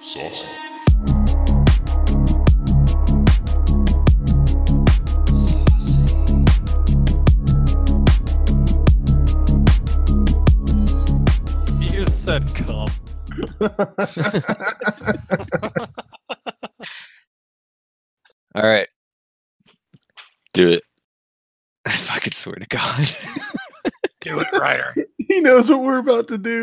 Saucy. You said come. All right. Do it. I fucking swear to God. Do it, Ryder. He knows what we're about to do.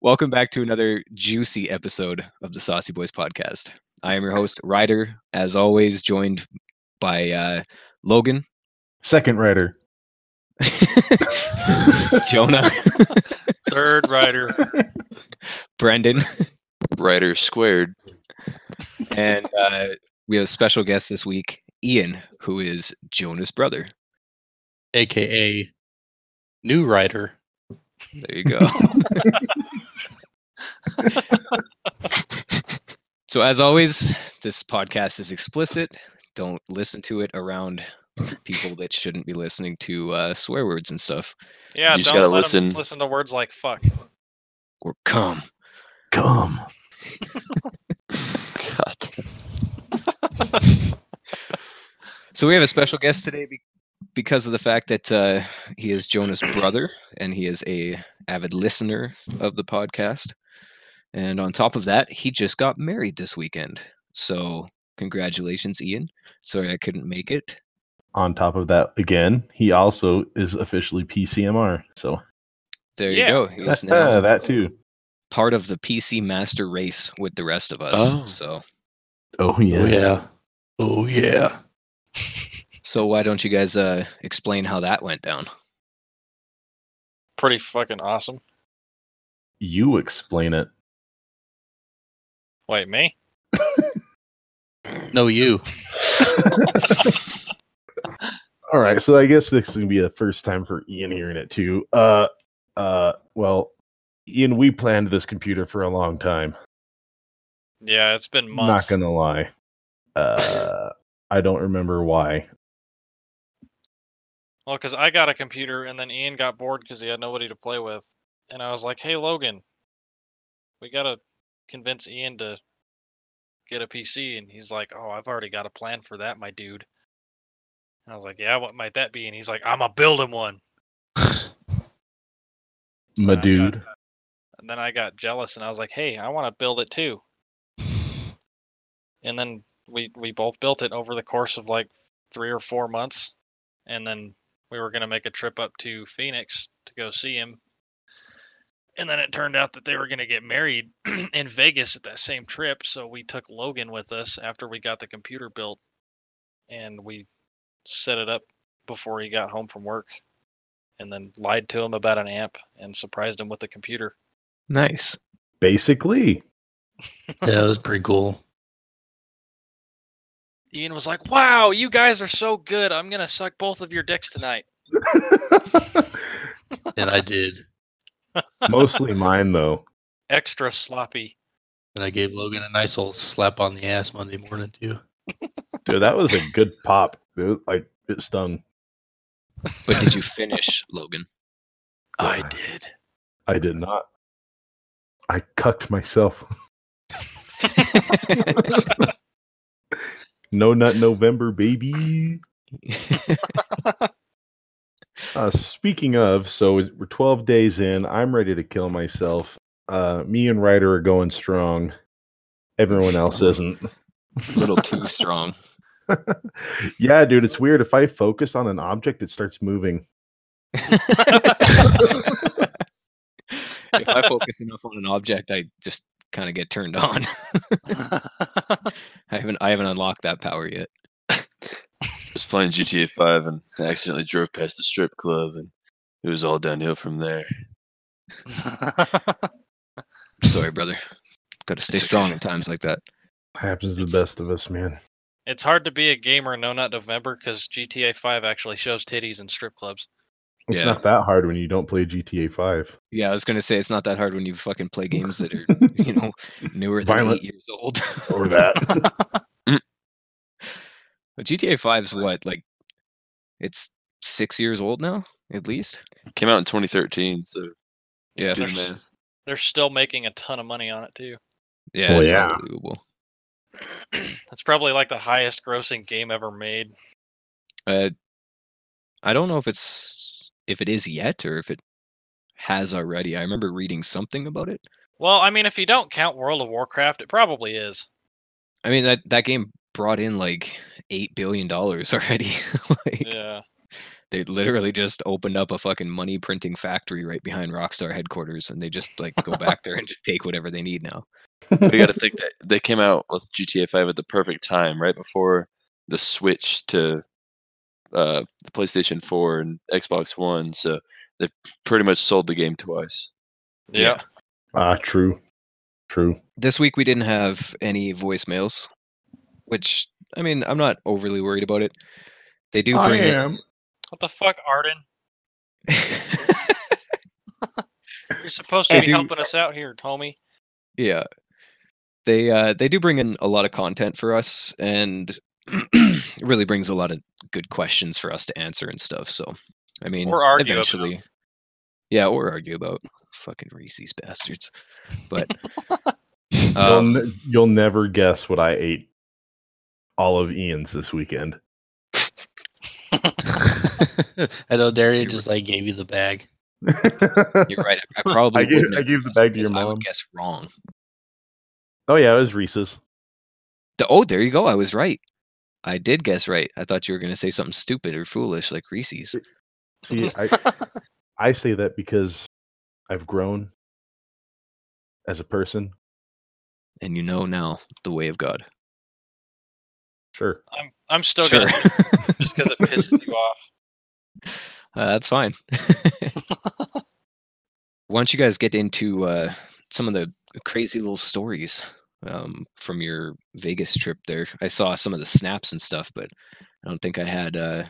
Welcome back to another juicy episode of the Saucy Boys podcast. I am your host, Ryder, as always, joined by uh, Logan, Second writer. Jonah, Third rider. Brendan, Writer squared. and uh, we have a special guest this week, Ian, who is Jonah's brother. aka new writer. There you go. so, as always, this podcast is explicit. Don't listen to it around people that shouldn't be listening to uh, swear words and stuff Yeah, You just don't gotta let 'em listen. Listen to words like fuck. or come. Come. God. So, we have a special guest today be- because of the fact that uh, he is Jonah's brother and he is a avid listener of the podcast. And on top of that, he just got married this weekend. So, congratulations, Ian. Sorry I couldn't make it. On top of that, again, he also is officially PCMR. So There Yeah. you go. He is now that too. part of the PC master race with the rest of us. Oh. So, Oh yeah. Oh yeah. Oh yeah. so why don't you guys uh, explain how that went down? Pretty fucking awesome. You explain it. Wait, me? No you. All right. So I guess this is gonna be the first time for Ian hearing it too. Uh uh well, Ian, we planned this computer for a long time. Yeah, it's been months. Not gonna lie. Uh I don't remember why. Well, because I got a computer and then Ian got bored because he had nobody to play with. And I was like, hey, Logan, we got to convince Ian to get a PC. And he's like, oh, I've already got a plan for that, my dude. And I was like, yeah, what might that be? And he's like, I'm a building one. So My then I got- dude. and then I got jealous and I was like, hey, I want to build it too. And then we we both built it over the course of like three or four months. And then we were gonna make a trip up to Phoenix to go see him. And then it turned out that they were gonna get married in Vegas at that same trip, so we took Logan with us after we got the computer built and we set it up before he got home from work and then lied to him about an amp and surprised him with the computer. Nice. Basically. Yeah, that was pretty cool. Ian was like, "Wow, you guys are so good. I'm gonna suck both of your dicks tonight." And I did. Mostly mine though. Extra sloppy. And I gave Logan a nice old slap on the ass Monday morning too. Dude, that was a good pop. It was, like it stung. But did you finish, Logan? I Yeah. did. I did not. I cucked myself. No nut November, baby. Uh, speaking of, so we're 12 days in. I'm ready to kill myself. Uh, me and Ryder are going strong. Everyone else isn't. A little too strong. Yeah, dude, it's weird. If I focus on an object, it starts moving. if I focus enough on an object, I just kind of get turned on. I haven't I haven't unlocked that power yet. was playing GTA 5 and I accidentally drove past the strip club and it was all downhill from there. Sorry, brother. Got to stay It's okay. strong in times like that. Happens to the best of us, man. it's hard to be a gamer in No Not November because GTA 5 actually shows titties in strip clubs. It's Yeah. not that hard when you don't play GTA 5. Yeah, I was gonna say it's not that hard when you fucking play games that are you know newer than Violent. eight years old. Or that. But GTA Five's what like it's six years old now, at least. Came out in 2013, so Yeah, do the There's- math. They're still making a ton of money on it too. yeah, Oh, it's yeah. unbelievable. That's probably like the highest grossing game ever made. Uh, I don't know if it's if it is yet or if it has already. I remember reading something about it. Well, I mean, if you don't count World of Warcraft, it probably is. I mean that that game brought in like eight billion dollars already. like Yeah. they literally just opened up a fucking money printing factory right behind Rockstar headquarters, and they just like go back there and just take whatever they need now. We got to think that they came out with GTA 5 at the perfect time, right before the switch to uh, the PlayStation 4 and Xbox One. So they pretty much sold the game twice. Yeah. ah, true, true. this week we didn't have any voicemails, which I mean I'm not overly worried about it. They do I bring it. am. What the fuck, Arden? You're supposed to Hey, be dude. helping us out here, Tommy. yeah, they uh, they do bring in a lot of content for us, and it really brings a lot of good questions for us to answer and stuff. So I mean, Or argue about. eventually, yeah, or argue about fucking Reese's bastards, but. um, you'll, ne- you'll never guess what I ate. All of Ian's this weekend. I know Daria just like gave you the bag. you're right. I probably I gave- wouldn't I have gave the guessed bag to because your I mom. would guess wrong. oh yeah, it was Reese's. The, oh, there you go. I was right. I did guess right. I thought you were going to say something stupid or foolish like Reese's. See, I, I say that because I've grown as a person. And you know now the way of God. Sure. I'm I'm still Sure. gonna say it just because it pisses you off. Uh, that's fine. Why don't you guys get into uh, some of the crazy little stories um, from your Vegas trip there? I saw some of the snaps and stuff, but I don't think I had uh,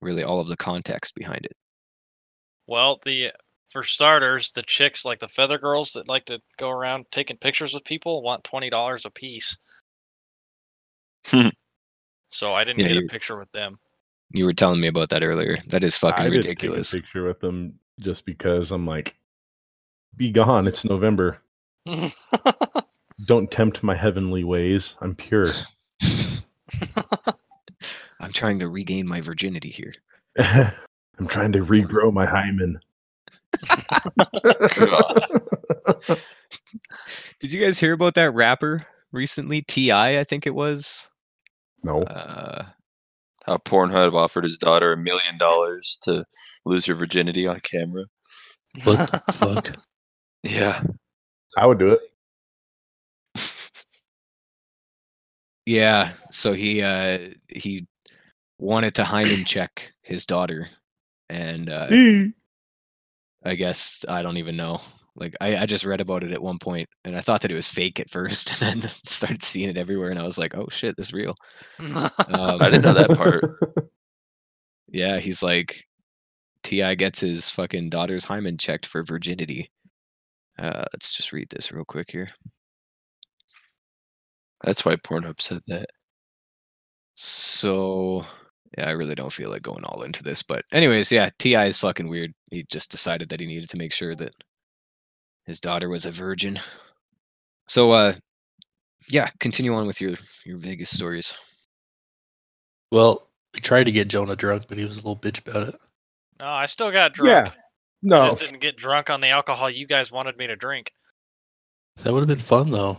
really all of the context behind it. Well, the for starters, the chicks like the feather girls that like to go around taking pictures with people want twenty dollars a piece. so I didn't Yeah, get a you- picture with them. You were telling me about that earlier. That is fucking I didn't take a ridiculous. picture with them just because I'm like, be gone. It's November. Don't tempt my heavenly ways. I'm pure. I'm trying to regain my virginity here. I'm trying to regrow my hymen. Did you guys hear about that rapper recently? Ti, I think it was. no. Uh, How Pornhub offered his daughter a million dollars to lose her virginity on camera. What the fuck? Yeah. I would do it. yeah. So he uh, he wanted to hymen check his daughter, and uh, I guess I don't even know. Like I, I just read about it at one point, and I thought that it was fake at first, and then started seeing it everywhere, and I was like, "Oh shit, this is real." Um, I didn't know that part. Yeah, he's like, Ti gets his fucking daughter's hymen checked for virginity. Uh, let's just read this real quick here. That's why Pornhub said that. So yeah, I really don't feel like going all into this, but anyways, yeah, Ti is fucking weird. He just decided that he needed to make sure that his daughter was a virgin. So uh, yeah, continue on with your your Vegas stories. Well, we tried to get Jonah drunk, but he was a little bitch about it. no, I still got drunk. Yeah. I No. Oh. just didn't get drunk on the alcohol you guys wanted me to drink. That would have been fun though.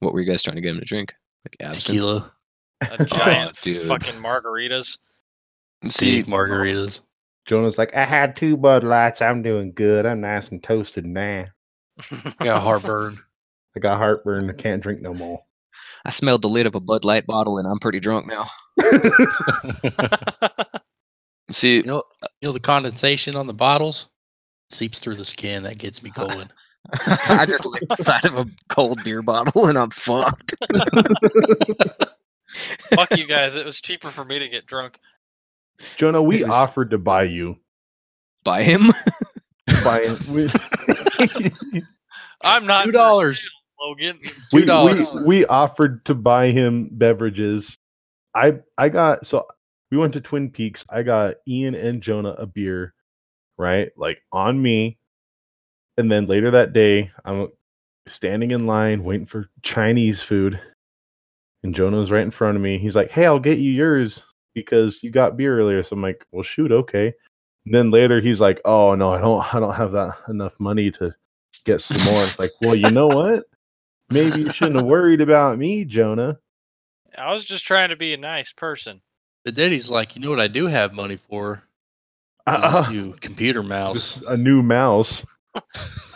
What were you guys trying to get him to drink? Like absinthe. Tequila, A giant Oh, dude. fucking margaritas. See, big margaritas. Jonah's like, I had two Bud Lights. I'm doing good. I'm nice and toasted now. I got heartburn. I got heartburn. I can't drink no more. I smelled the lid of a Bud Light bottle, and I'm pretty drunk now. see, You know, uh, you know the condensation on the bottles seeps through the skin. That gets me going. I just licked the side of a cold beer bottle and I'm fucked. Fuck you guys. It was cheaper for me to get drunk. Jonah, we It was- offered to buy you. By him? Buy we, I'm not Two for dollars. sale, Logan. we, $2. we, we offered to buy him beverages. I I got so We went to Twin Peaks. I got Ian and Jonah a beer, right? Like on me. And then later that day, I'm standing in line waiting for Chinese food. And Jonah was right in front of me. He's like, Hey, I'll get you yours because you got beer earlier. So I'm like, Well, shoot, okay. And then later he's like, Oh no, I don't I don't have that enough money to get some more. It's like, well, you know what? Maybe you shouldn't have worried about me, Jonah. I was just trying to be a nice person. But then he's like, you know what I do have money for? Is this Uh, new computer mouse. just a new mouse.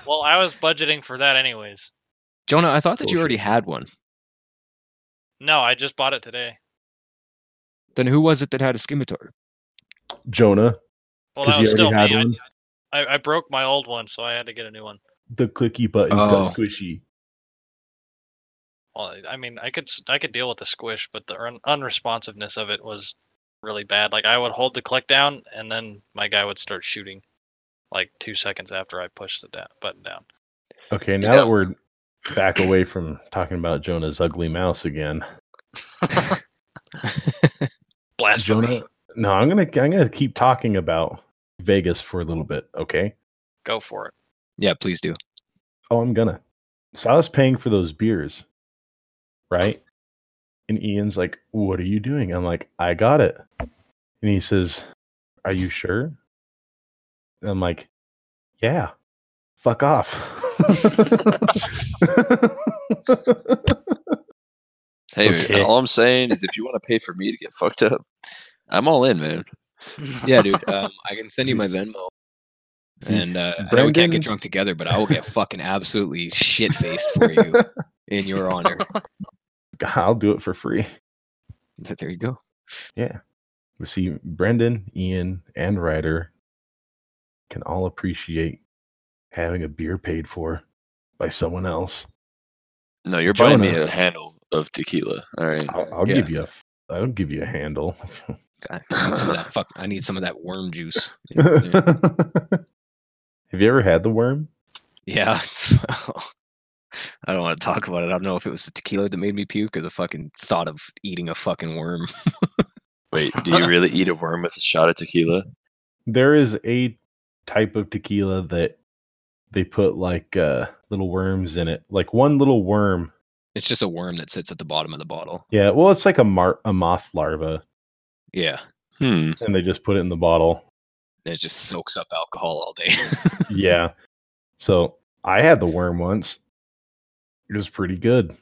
Well, I was budgeting for that anyways. Jonah, I thought that you Bullshit. already had one. No, I just bought it today. Then who was it that had a scimitar? Jonah, because Well, that was you still already had me. I- one. I, I broke my old one, so I had to get a new one. The clicky buttons got Oh. squishy. Well, I- I mean, I could s- I could deal with the squish, but the un- unresponsiveness of it was really bad. Like I would hold the click down, and then my guy would start shooting, like two seconds after I pushed the da- button down. Okay, now that we're back away from talking about Jonah's ugly mouse again, Blasphemy! Jonah. No, I'm gonna I'm gonna keep talking about Vegas for a little bit. Okay. Go for it. Yeah, please do. Oh, I'm gonna. So I was paying for those beers, right? And Ian's like, What are you doing? I'm like, I got it. And he says, Are you sure? And I'm like, Yeah, fuck off. Hey, Okay. all I'm saying is if you want to pay for me to get fucked up, I'm all in, man. Yeah, dude. Um, I can send you my Venmo. See, And uh, I know we can't Brendan- get drunk together, but I will get fucking absolutely shit faced for you in your honor. I'll do it for free. There you go. But see, Brendan, Ian, and Ryder can all appreciate having a beer paid for by someone else. No, you're buying me Jonah. Oh. a handle of tequila. All right. I'll, I'll Yeah. give you a, I'll give you a handle. God, I need some of that fuck. I need some of that worm juice. Have you ever had the worm? Yeah. it's- I don't want to talk about it. I don't know if it was the tequila that made me puke or the fucking thought of eating a fucking worm. Wait, do you really eat a worm with a shot of tequila? There is a type of tequila that they put like uh, little worms in it. Like one little worm. It's just a worm that sits at the bottom of the bottle. Yeah, well, it's like a mar- a moth larva, Yeah. Hmm. and they just put it in the bottle. And it just soaks up alcohol all day. yeah. So I had the worm once. It was pretty good.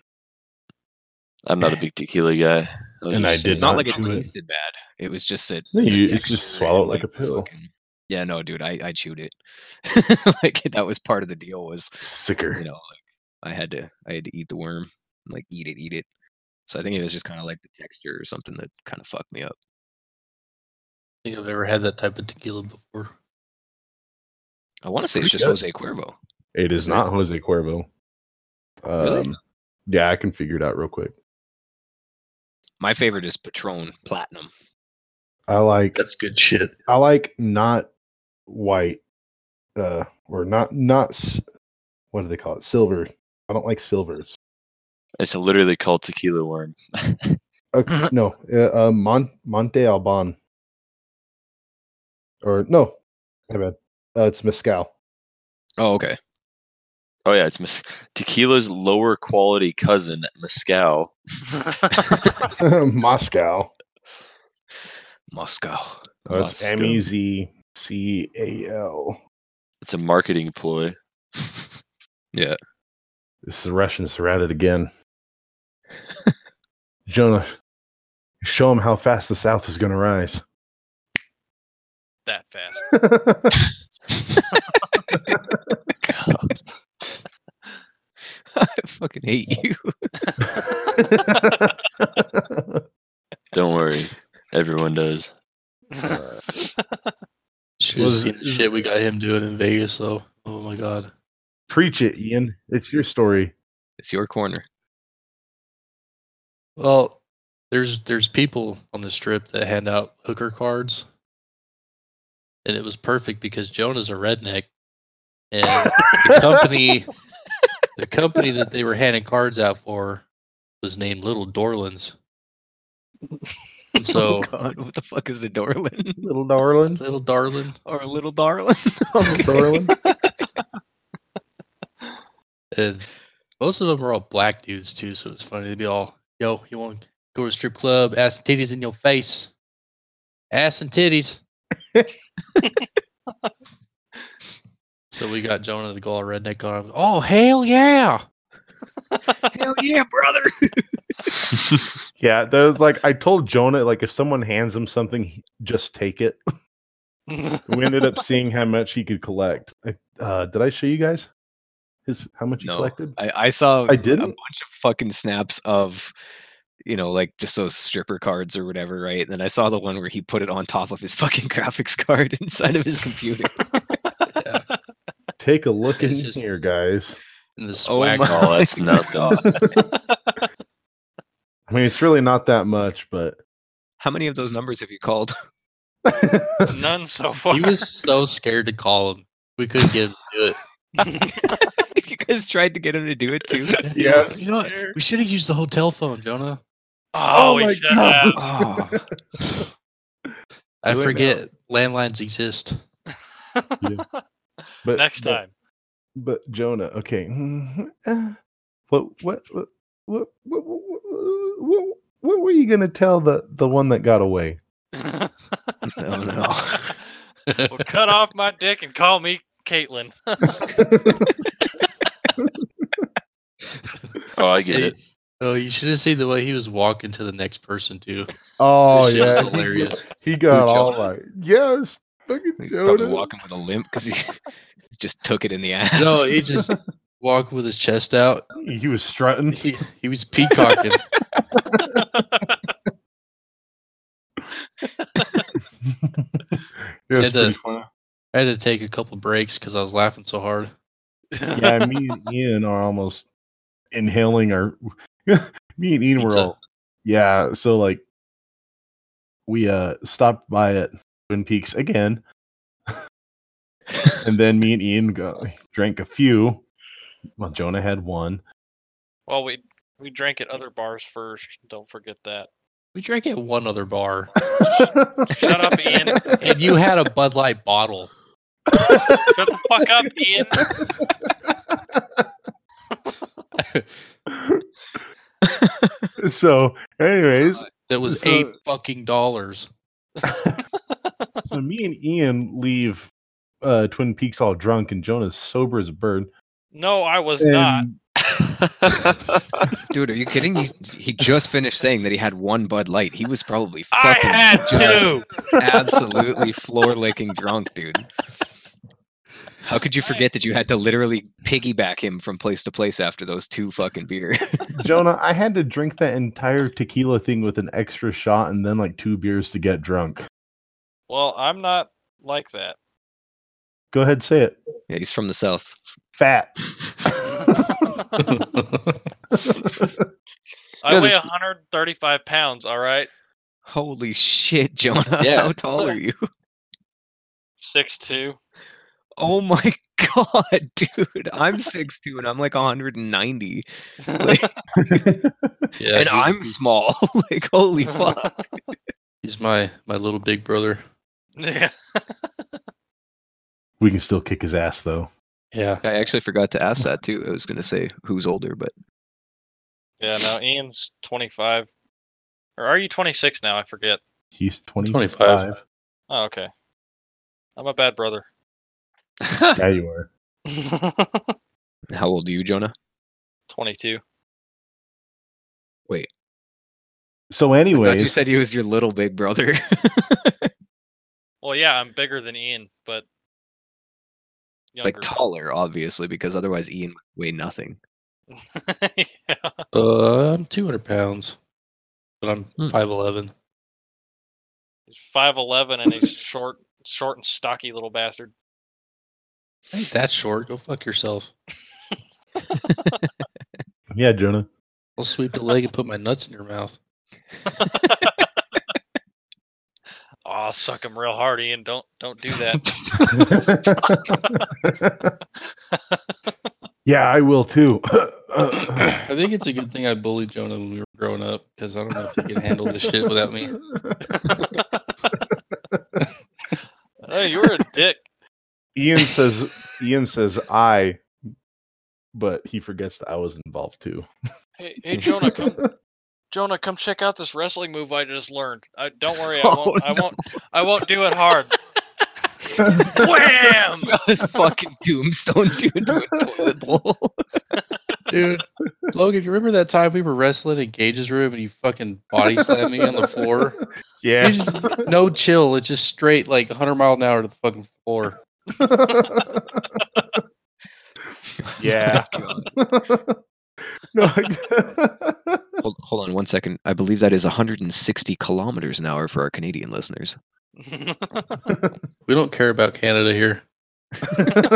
I'm not a big tequila guy. I was Eh. And I just did it's not not like it chew it. tasted bad. It was just that. No, the you- it's just texture swallow it and, like a pill. fucking- yeah, no, dude, I, I chewed it. like that was part of the deal was sicker. you know like I had to I had to eat the worm like eat it eat it. So I think it was just kind of like the texture or something that kind of fucked me up. think I've ever had that type of tequila before. I want to say it's pretty just good. Jose Cuervo. It is not Jose Cuervo. Um, Really? Yeah, I can figure it out real quick. My favorite is Patron Platinum. I like That's good shit. I like not white, uh, or not not s- what do they call it? Silver. I don't like silvers. It's literally called tequila worm. Uh, no, uh, uh, Mon- Monte Alban. Or no, my bad. Uh, it's mezcal. Oh, okay. Oh yeah, it's mes- tequila's lower quality cousin, mezcal. Moscow. Moscow. Oh, That's Moscow. M E Z C A L. It's a marketing ploy. Yeah. This is the Russians are at it again. Jonah, show them how fast the South is going to rise. That fast. I fucking hate you. Don't worry, everyone does. Should have Was- seen the shit we got him doing in Vegas though. Oh my god. Preach it, Ian. It's your story. It's your corner. Well, there's there's people on the strip that hand out hooker cards. And it was perfect because Jonah's a redneck. And the company the company that they were handing cards out for was named Little Dorlands. And so, oh God, what the fuck is the Dorlin? Little darling. little darling, Or little Darlin? Okay. Darling. and most of them are all black dudes too. So it's funny. They'd be all, "Yo, you want to go to a strip club? Ass and titties in your face. Ass and titties." so we got Jonah to go all redneck on him. Oh hell yeah! Hell yeah, brother! Yeah, there's like I told Jonah, like if someone hands him something, he- just take it. We ended up seeing how much he could collect. I- Uh, did I show you guys his how much he No. collected? I, I saw I a bunch didn't. of fucking snaps of, you know, like just those stripper cards or whatever, right? And then I saw the one where he put it on top of his fucking graphics card inside of his computer. Yeah. Take a look in It's just- here, guys. And the Oh swag. my- oh, that's nothing. I mean, it's really not that much, but How many of those numbers have you called? None so far. he was so scared to call him. We couldn't get him to do it. you guys tried to get him to do it too. Yes. You know what? We should have used the hotel phone, Jonah. oh, Oh my we should God. have. Oh, I Do it now. forget landlines exist. but but- Next time. But Jonah, okay. mhm, uh, What what what what what what, what, what were you gonna tell the the one that got away? no, no. well, cut off my dick and call me Caitlin. Oh, I get it. Oh, you should have seen the way he was walking to the next person too. oh This shit was yeah, he- hilarious. He, got Who, all Jonah? like yes, fucking He's probably Jonah. walking with a limp because he just took it in the ass. no, he just walked with his chest out. He was strutting. He, he was peacocking. It was Did the- pretty funny. I had to take a couple breaks because I was laughing so hard. Yeah, me and Ian are almost inhaling our. me and Ian were Pizza. all. Yeah, so like, we uh stopped by at Twin Peaks again, and then me and Ian go, drank a few. Well, Jonah had one. well, we we drank at other bars first. Don't forget that. We drank at one other bar, Shut up, Ian. and you had a Bud Light bottle. Shut the fuck up, Ian. so, anyways, That was So- eight fucking dollars. so me and Ian leave uh Twin Peaks all drunk, and Jonah's sober as a bird. No, I was not. And- Dude, are you kidding? He, he just finished saying that he had one Bud Light. He was probably I fucking had just two. absolutely floor licking drunk, dude. How could you I- forget that you had to literally piggyback him from place to place after those two fucking beer? Jonah, I had to drink that entire tequila thing with an extra shot and then like two beers to get drunk. Well, I'm not like that. Go ahead, say it. yeah, he's from the south. Fat. I No, weigh this- 135 pounds. All right, Holy shit, Jonah! Yeah. How tall are you? six two. Oh my god, dude! I'm six two and I'm like 190, Like, Yeah, and he was- I'm small. like holy fuck! he's my my little big brother. yeah. We can still kick his ass though. Yeah, I actually forgot to ask that too. I was gonna say who's older, but Yeah. No, Ian's 25. Or are you 26 now? I forget. He's 25. 25. Oh, okay. I'm a bad brother. Yeah, you are. how old are you, Jonah? 22. So, I thought you anyways, said he was your little big brother. Well, yeah, I'm bigger than Ian, but younger. like taller, obviously, because otherwise Ian would weigh nothing. Yeah. uh, I'm 200 pounds, but I'm Hmm. 5'11. He's 5'11 and he's short, short and stocky little bastard. I ain't that short. Go fuck yourself. yeah, Jonah. I'll sweep the leg and put my nuts in your mouth. Oh, suck him real hard, Ian. Don't don't do that. yeah, I will too. I think it's a good thing I bullied Jonah when we were growing up because I don't know if he can handle this shit without me. hey, you were a dick. Ian says Ian says I, but he forgets that I was involved too. Hey, hey Jonah, come, Jonah, come check out this wrestling move I just learned. I, don't worry, I Oh, won't, I won't, I won't do it hard. Wham! this fucking tombstones you into a toilet bowl. Dude, Logan, you remember that time we were wrestling in Gage's room and you fucking body slammed me on the floor? Yeah. You just no chill. It's just straight like 100 mile an hour to the fucking floor. yeah. no. Hold, hold on one second. I believe that is 160 kilometers an hour for our Canadian listeners. We don't care about Canada here.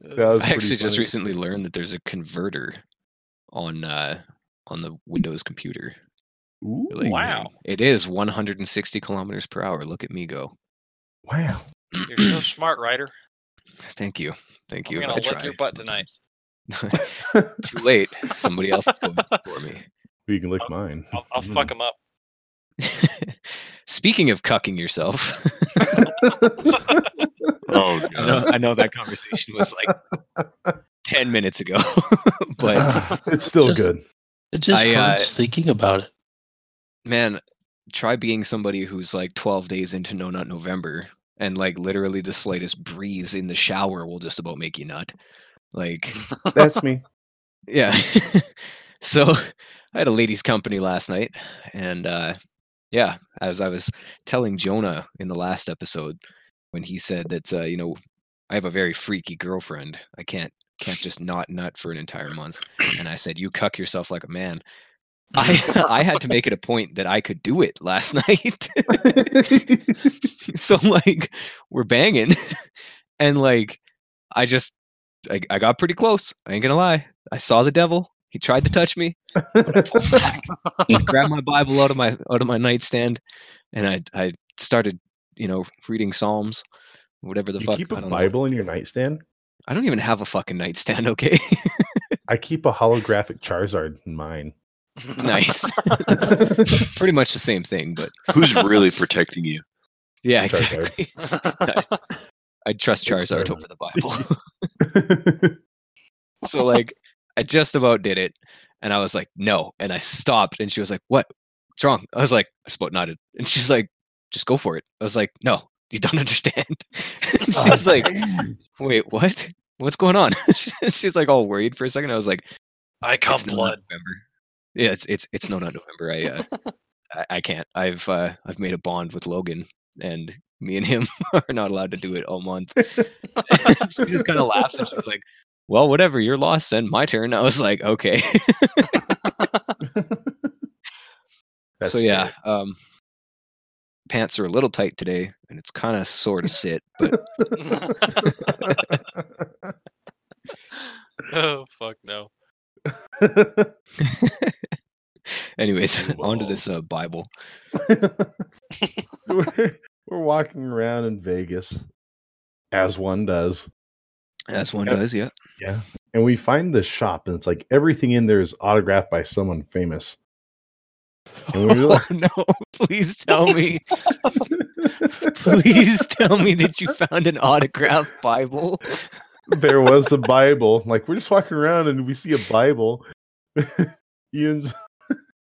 That was I actually pretty just funny. recently learned that there's a converter on uh, on the Windows computer. Ooh, Really? Wow. It is 160 kilometers per hour. Look at me go. Wow. You're so smart, Ryder. Thank you. Thank I'm you. gonna I lick try your butt tonight. sometimes. Too late. Somebody else is going for me. You can lick mine. Mm. I'll, I'll fuck Mm. him up. Speaking of cucking yourself, Oh I know I know that conversation was like ten minutes ago, but it's still Just- good. It just I, uh, hurts thinking about it. man, try being somebody who's like twelve days into No Nut November, and like literally the slightest breeze in the shower will just about make you nut. Like, That's me. yeah. so I had a ladies' company last night, and uh, yeah, as I was telling Jonah in the last episode, when he said that uh, you know I have a very freaky girlfriend, I can't can't just not nut for an entire month, and I said you cuck yourself like a man. I I had to make it a point that I could do it last night. so like we're banging, and like I just I, I got pretty close. I ain't gonna lie. I saw the devil. He tried to touch me. I grabbed my Bible out of my out of my nightstand, and I I started you know reading Psalms, whatever the you fuck. keep I a don't know. Bible in your nightstand? I don't even have a fucking nightstand. Okay, I keep a holographic Charizard in mine. nice. Pretty much the same thing, but Who's really protecting you? yeah, Charizard. exactly. I trust It's Charizard Charizard. over the Bible. so like I just about did it, and I was like no, and I stopped, and she was like what? What's wrong? I was like I just about nodded, and she's like just go for it. I was like no, you don't understand. And she's like wait, what? What's going on? She's like all worried for a second. I was like, I come it's no Nut blood. November. Yeah, it's it's it's no not November. I, uh, I I can't. I've uh, I've made a bond with Logan, and me and him are not allowed to do it all month. she just kind of laughs and she's like, "Well, whatever, your loss and my turn." I was like, "Okay." so yeah, um, pants are a little tight today, and it's kind of sore to sit, but oh fuck no. anyways, on to Well. this uh, Bible. we're, we're walking around in Vegas, as one does, As one Yeah. does, yeah. and we find this shop, and it's like everything in there is autographed by someone famous. And we Oh look- no! Please tell me. Please tell me that you found an autographed Bible. there was a Bible. Like we're just walking around and we see a Bible. Ian's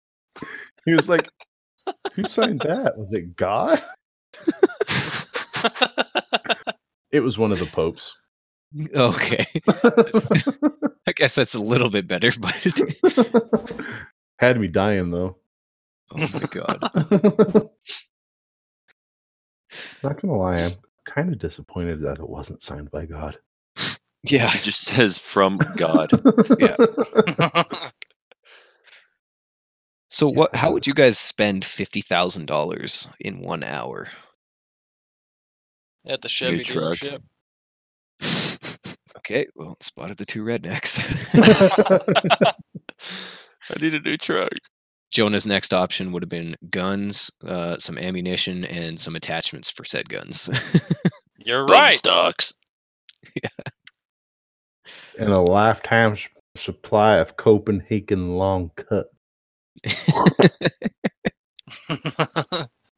he was like, "Who signed that? Was it God? It was one of the popes." Okay. That's- I guess that's a little bit better, but Had me dying though. oh my god. Not gonna lie, I'm kind of disappointed that it wasn't signed by God. Yeah. It just says from God. Yeah. So what? How would you guys spend fifty thousand dollars in one hour? At the Chevy truck. dealership. Okay. Well, spotted the two rednecks. I need a new truck. Jonah's next option would have been guns, uh, some ammunition, and some attachments for said guns. You're Bump right. Stocks. In a lifetime, supply of Copenhagen long cut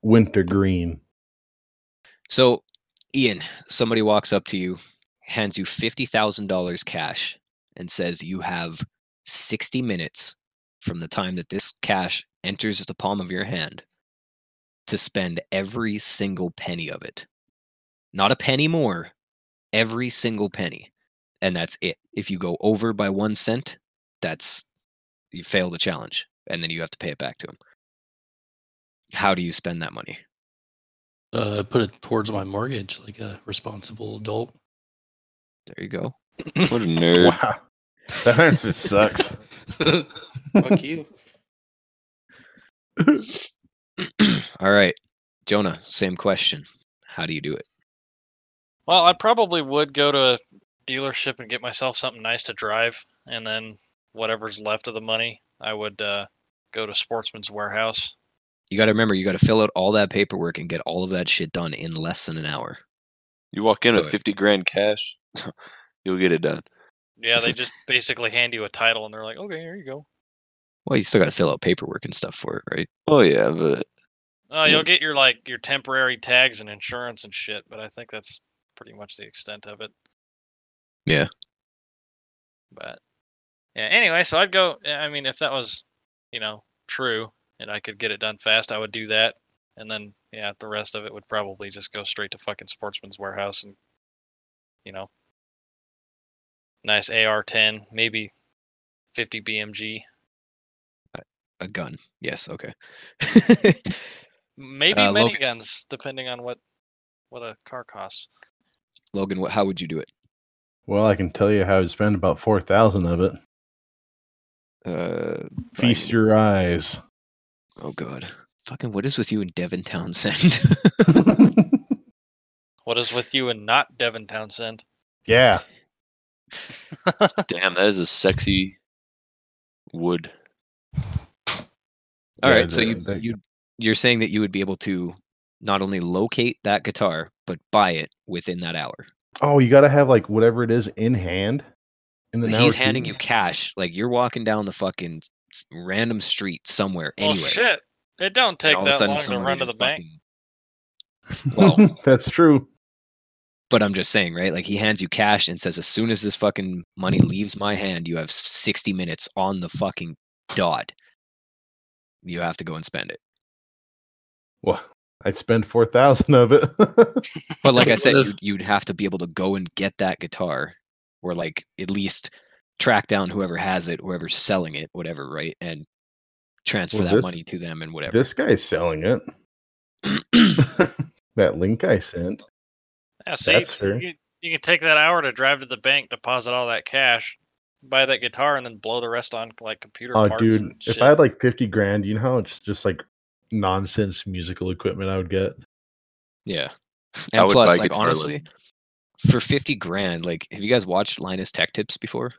wintergreen. so, Ian, somebody walks up to you, hands you $50,000 cash, and says, You have 60 minutes from the time that this cash enters the palm of your hand to spend every single penny of it. Not a penny more, every single penny. And that's it. If you go over by one cent, that's you fail the challenge, and then you have to pay it back to him. How do you spend that money? Uh, put it towards my mortgage like a responsible adult. There you go. What a nerd. Wow. That answer sucks. Fuck you. All right, Jonah, same question. How do you do it? Well, I probably would go to a dealership and get myself something nice to drive, and then whatever's left of the money, I would uh, go to Sportsman's Warehouse. You got to remember, you got to fill out all that paperwork and get all of that shit done in less than an hour. You walk in So- with 50 grand cash, you'll get it done. Yeah, they just basically hand you a title, and they're like, "Okay, here you go." Well, you still got to fill out paperwork and stuff for it, right? Oh, yeah, but Oh, you'll Yeah. get your like your temporary tags and insurance and shit, but I think that's pretty much the extent of it. Yeah. But yeah, anyway, so I'd go yeah, I mean if that was, you know, true and I could get it done fast, I would do that. And then yeah, the rest of it would probably just go straight to fucking Sportsman's Warehouse and you know, nice AR10, maybe 50 BMG, A gun. Yes. Okay. maybe Uh, many Logan- guns depending on what what a car costs. Logan, what, how would you do it? Well, I can tell you how to spend about 4,000 of it. Uh, Feast your eyes. oh God, fucking what is with you in Devon Townsend? What is with you and not Devin Townsend? yeah. damn, that is a sexy wood. All Yeah, right, so the- you, the- you you're saying that you would be able to not only locate that guitar but buy it within that hour. Oh, you got to have like whatever it is in hand. In an hour He's or handing two. you cash, like you're walking down the fucking s- random street somewhere Well, anywhere. shit. It don't and take all of a that sudden long to somebody run to the just bank. fucking- Well, That's true. but I'm just saying, right? Like he hands you cash and says, as soon as this fucking money leaves my hand, you have 60 minutes on the fucking dot. You have to go and spend it. Well, I'd spend 4,000 of it. But like I What said, if- you'd, you'd have to be able to go and get that guitar, or like at least track down whoever has it, whoever's selling it, whatever, right? And transfer Well, that this- money to them and whatever. this guy's selling it. that link I sent. Yeah, see, That's fair. you, you can take that hour to drive to the bank, deposit all that cash, buy that guitar, and then blow the rest on like computer Oh, parts. dude, and if shit. I had like 50 grand, you know how it's just like nonsense musical equipment I would get? yeah. I And would plus, buy like guitarless. honestly, for 50 grand, like have you guys watched Linus Tech Tips before?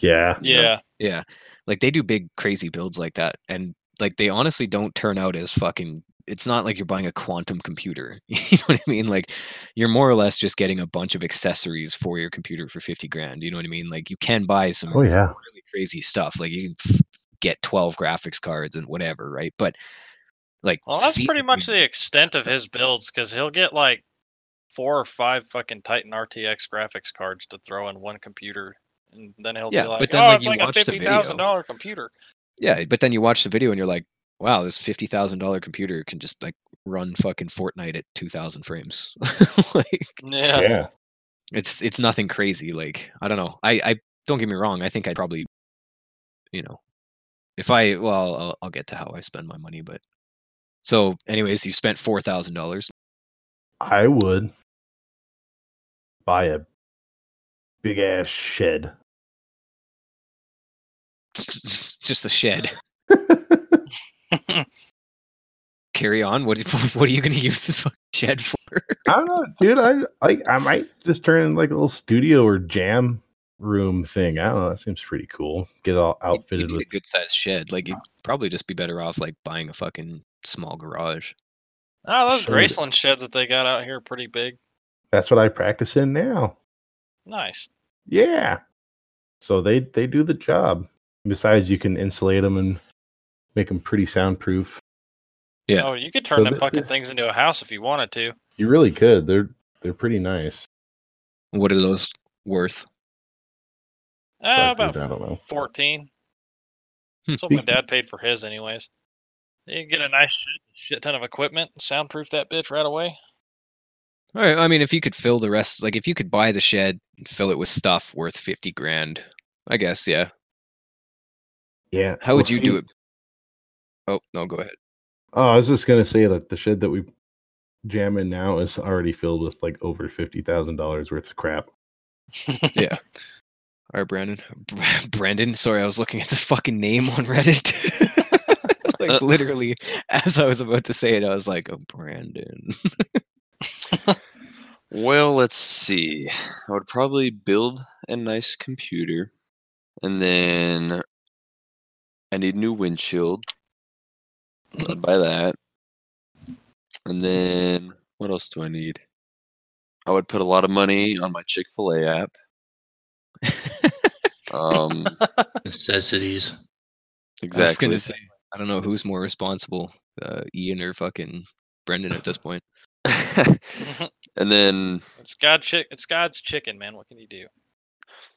Yeah. yeah, Yeah. Like they do big crazy builds like that and like they honestly don't turn out as fucking it's not like you're buying a quantum computer. You know what I mean? Like you're more or less just getting a bunch of accessories for your computer for 50 grand. You know what I mean? Like you can buy some Oh, yeah. really crazy stuff. Like you can f- get 12 graphics cards and whatever, right? But like well, that's feet pretty would much be- the extent of stuff. his builds because he'll get like four or five fucking Titan RTX graphics cards to throw in one computer. And then he'll Yeah, be like, but then, oh, like, it's you like a watch the video." $50,000 computer. Yeah, but then you watch the video and you're like, wow, this fifty thousand dollar computer can just like run fucking Fortnite at two thousand frames. like Yeah. Yeah. it's it's nothing crazy. Like I don't know. I I don't get me wrong. I think I'd probably, you know, if I well, I'll, I'll get to how I spend my money. But so, anyways, you spent four thousand dollars. I would buy a big ass shed. Just a shed. Carry on. What what are you going to use this fucking shed for? I don't know, dude. I like. I might just turn in like a little studio or jam room thing. I don't know. That seems pretty cool. Get all You- you outfitted need with. a good sized shed. Like you'd probably just be better off like buying a fucking small garage. Oh, those Sure. Graceland sheds that they got out here are pretty big. That's what I practice in now. Nice. Yeah. So they they do the job. Besides, you can insulate them and make them pretty soundproof. Yeah. Oh, you could So turn them the- fucking things into a house if you wanted to. You really could. They're they're pretty nice. What are those worth? Uh, but, about dude, I don't know. 14. Hmm. That's what my dad paid for his, anyways. You can get a nice shit, shit ton of equipment and soundproof that bitch right away. All right. I mean, if you could fill the rest, like if you could buy the shed and fill it with stuff worth 50 grand, I guess, yeah. Yeah. How would Well, you do see- it? Oh, no, go ahead. Oh, I was just gonna say that the shed that we jam in now is already filled with like over fifty thousand dollars worth of crap. All right, Brandon. Br- Brandon, sorry, I was looking at this fucking name on Reddit. like literally, as I was about to say it, I was like, "Oh, Brandon." Well, let's see. I would probably build a nice computer, and then I need a new windshield. So I'd buy that, and then what else do I need? I would put a lot of money on my Chick Fil A app. Um, Necessities. I was exactly. gonna say, I don't know who's more responsible, uh, Ian or fucking Brendan at this point. and then it's God chick. It's God's chicken, man. What can you do?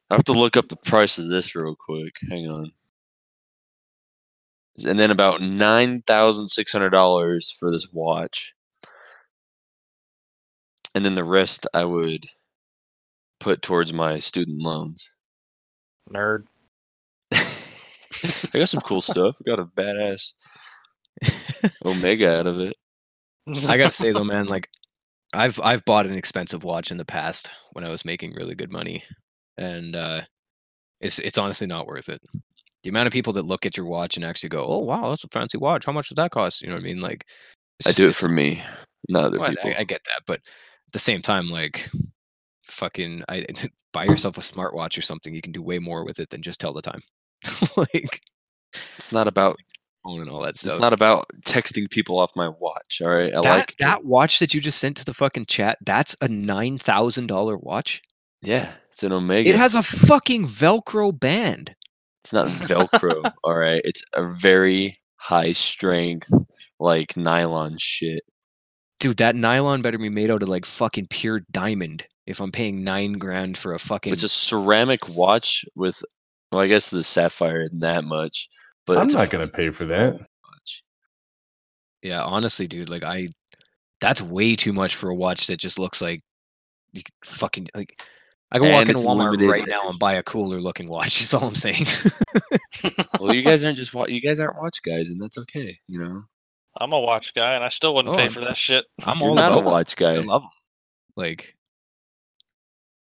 I have to look up the price of this real quick. Hang on. And then about nine thousand six hundred dollars for this watch. And then the rest I would put towards my student loans. Nerd. I got some cool stuff. I got a badass Omega out of it. I gotta say though, man, like I've I've bought an expensive watch in the past when I was making really good money, and uh, it's it's honestly not worth it. The amount of people that look at your watch and actually go, "Oh wow, that's a fancy watch. How much does that cost?" You know what I mean? Like, it's I just- do it it's- for me, not other Well, I- people. I, I get that, but at the same time, like, fucking, I buy yourself a smartwatch or something. You can do way more with it than just tell the time, like it's not about phone and all that it's stuff. not about texting people off my watch. All right, I that like that watch that you just sent to the fucking chat. That's a nine thousand dollar watch. Yeah, it's an Omega. It has a fucking Velcro band. It's not Velcro, all right. It's a very high strength, like nylon shit. Dude, that nylon better be made out of like fucking pure diamond. If I'm paying nine grand for a fucking, It's a ceramic watch with, well, I guess the sapphire isn't that much, but I'm it's a not gonna pay for that. watch. yeah, honestly, dude, like I, that's way too much for a watch that just looks like you could fucking like. I can walk And into it's Walmart limited right now and buy a cooler looking watch. Is all I'm saying. Well, you guys aren't just wa- you guys aren't watch guys, and that's okay. You know, I'm a watch guy, and I still wouldn't Oh, pay I'm- for that shit. I'm you're all not a about them. watch I guy. love them. Like,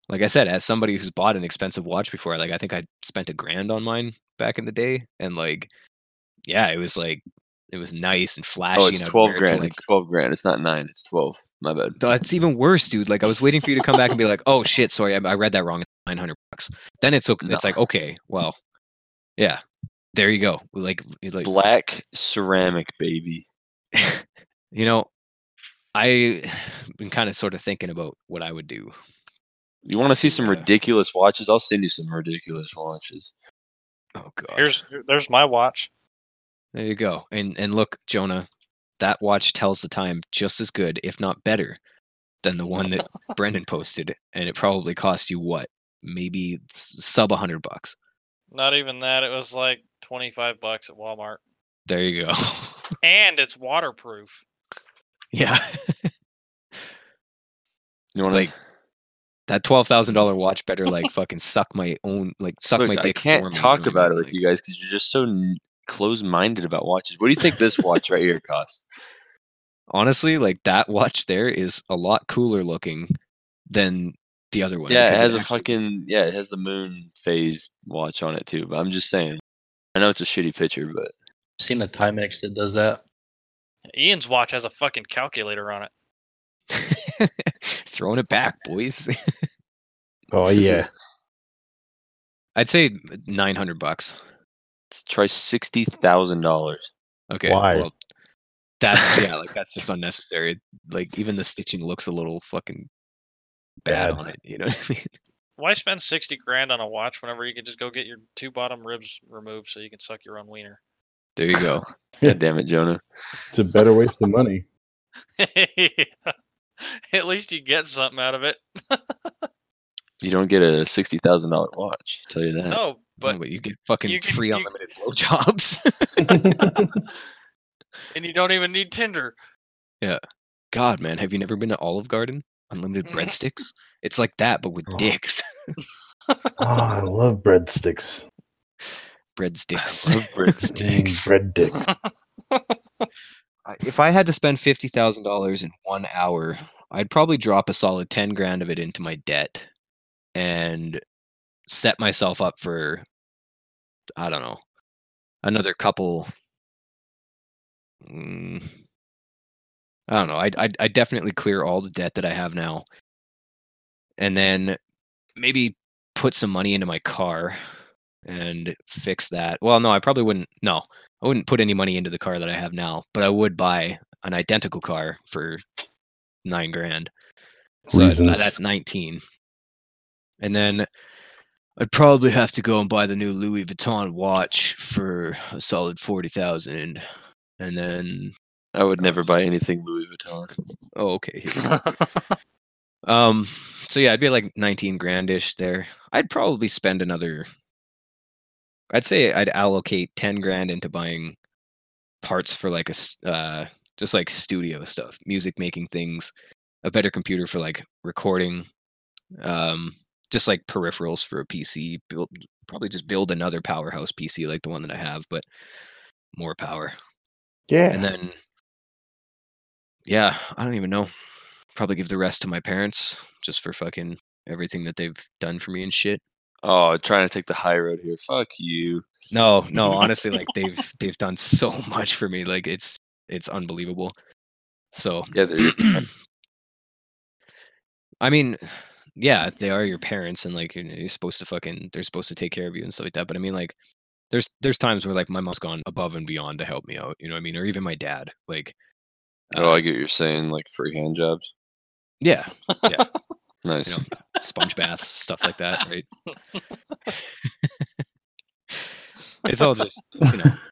like I said, as somebody who's bought an expensive watch before, like I think I spent a grand on mine back in the day, and like, yeah, it was like it was nice and flashy. Oh, it's and I'd twelve wear it to, grand. like, It's twelve grand. It's not nine. It's twelve. My bad. Th- It's even worse, dude. Like I was waiting for you to come back and be like, "Oh shit, sorry, I, I read that wrong. It's nine hundred bucks." Then it's okay. No. It's like okay, well, yeah, there you go. Like, you- like Black ceramic baby. you know, I been kind of sort of thinking about what I would do. You want to see some Yeah. ridiculous watches? I'll send you some ridiculous watches. Oh god, Here's there's my watch. there you go. And and look, Jonah, that watch tells the time just as good, if not better, than the one that Brendan posted, and it probably cost you what, maybe s- sub a hundred bucks. Not even that. It was like 25 bucks at Walmart, There you go. and it's waterproof. yeah. You want to Like, that twelve thousand dollar watch better like fucking suck my own like suck Look, my I dick. can't for me, talk know what I about it mean? with Like, you guys because you're just so n- close-minded about watches. What do you think this watch right here costs? Honestly, like that watch there is a lot cooler looking than the other one. yeah, it because has a actually- fucking yeah, it has the moon phase watch on it too. But I'm just saying, I know it's a shitty picture, but Seen a Timex that does that. Ian's watch has a fucking calculator on it. throwing it back, boys. Oh Is it- yeah. I'd say nine hundred bucks. let's try sixty thousand dollars. Okay, Why? well, that's yeah, like that's just unnecessary. Like even the stitching looks a little fucking bad, Bad. on it. You know what I mean? why spend sixty grand on a watch whenever you could just go get your two bottom ribs removed so you can suck your own wiener? There you go. God damn it, Jonah. It's a better waste of money. At least you get something out of it. You don't get a sixty thousand dollar watch. I'll tell you that. No, But, but you get fucking you can- free you- unlimited blowjobs. and you don't even need Tinder. God, man, have you never been to Olive Garden? Unlimited Mhm. breadsticks. It's like that, but with Oh. dicks. Oh, I love breadsticks. breadsticks. Love bricks. Mm, bread dick. I- if I had to spend fifty thousand dollars in one hour, I'd probably drop a solid ten grand of it into my debt and set myself up for I don't know another couple. Mm, I don't know. I'd, I'd I'd definitely clear all the debt that I have now, and then maybe put some money into my car and fix that. Well, no, I probably wouldn't. No, I wouldn't put any money into the car that I have now, but I would buy an identical car for nine grand. So that- Reasons. that's 19. And then I'd probably have to go and buy the new Louis Vuitton watch for a solid 40,000. And then, I would never buy anything Louis Vuitton. oh, okay. here we go. Um, so yeah, I'd be like 19 grandish there. I'd probably spend another I'd say I'd allocate 10 grand into buying parts for like a s- uh just like studio stuff, music making things, a better computer for like recording, um just like peripherals for a PC, build probably just build another powerhouse PC like the one that I have, but more power. Yeah. And then yeah, I don't even know. Probably give the rest to my parents just for fucking everything that they've done for me and shit. Oh, trying to take the high road here. Fuck you. No, no, honestly like they've they've done so much for me. Like it's it's unbelievable. So Yeah, they're- I mean, yeah, they are your parents and like you're, you're supposed to fucking they're supposed to take care of you and stuff like that, but I mean like there's there's times where like my mom's gone above and beyond to help me out, you know what I mean? Or even my dad. Like oh, I get what you're saying, like free hand jobs. yeah, Nice. know. sponge baths, stuff like that, right? it's all just you know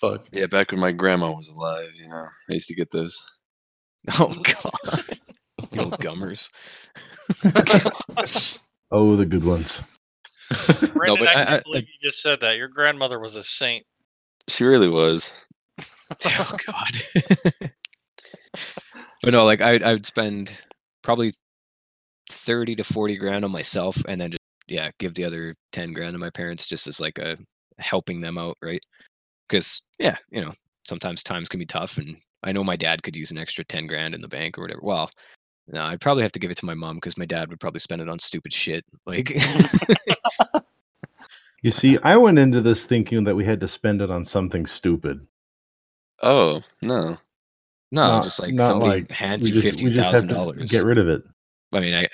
Fuck. Yeah, back when my grandma was alive, you know, I used to get those. oh god you old gummers oh, the good ones. Brandon, but I, I- can't I- believe you just said that. Your grandmother was a saint. She really was. oh god but no like I, I would spend probably 30 to 40 grand on myself and then just yeah give the other 10 grand to my parents just as like a helping them out right because yeah you know sometimes times can be tough and i know my dad could use an extra 10 grand in the bank or whatever well no i'd probably have to give it to my mom because my dad would probably spend it on stupid shit like You see, I went into this thinking that we had to spend it on something stupid. Oh, no. No, Not- just like not somebody like- hands We you just- fifty we just have thousand to dollars. Get rid of it. I mean, I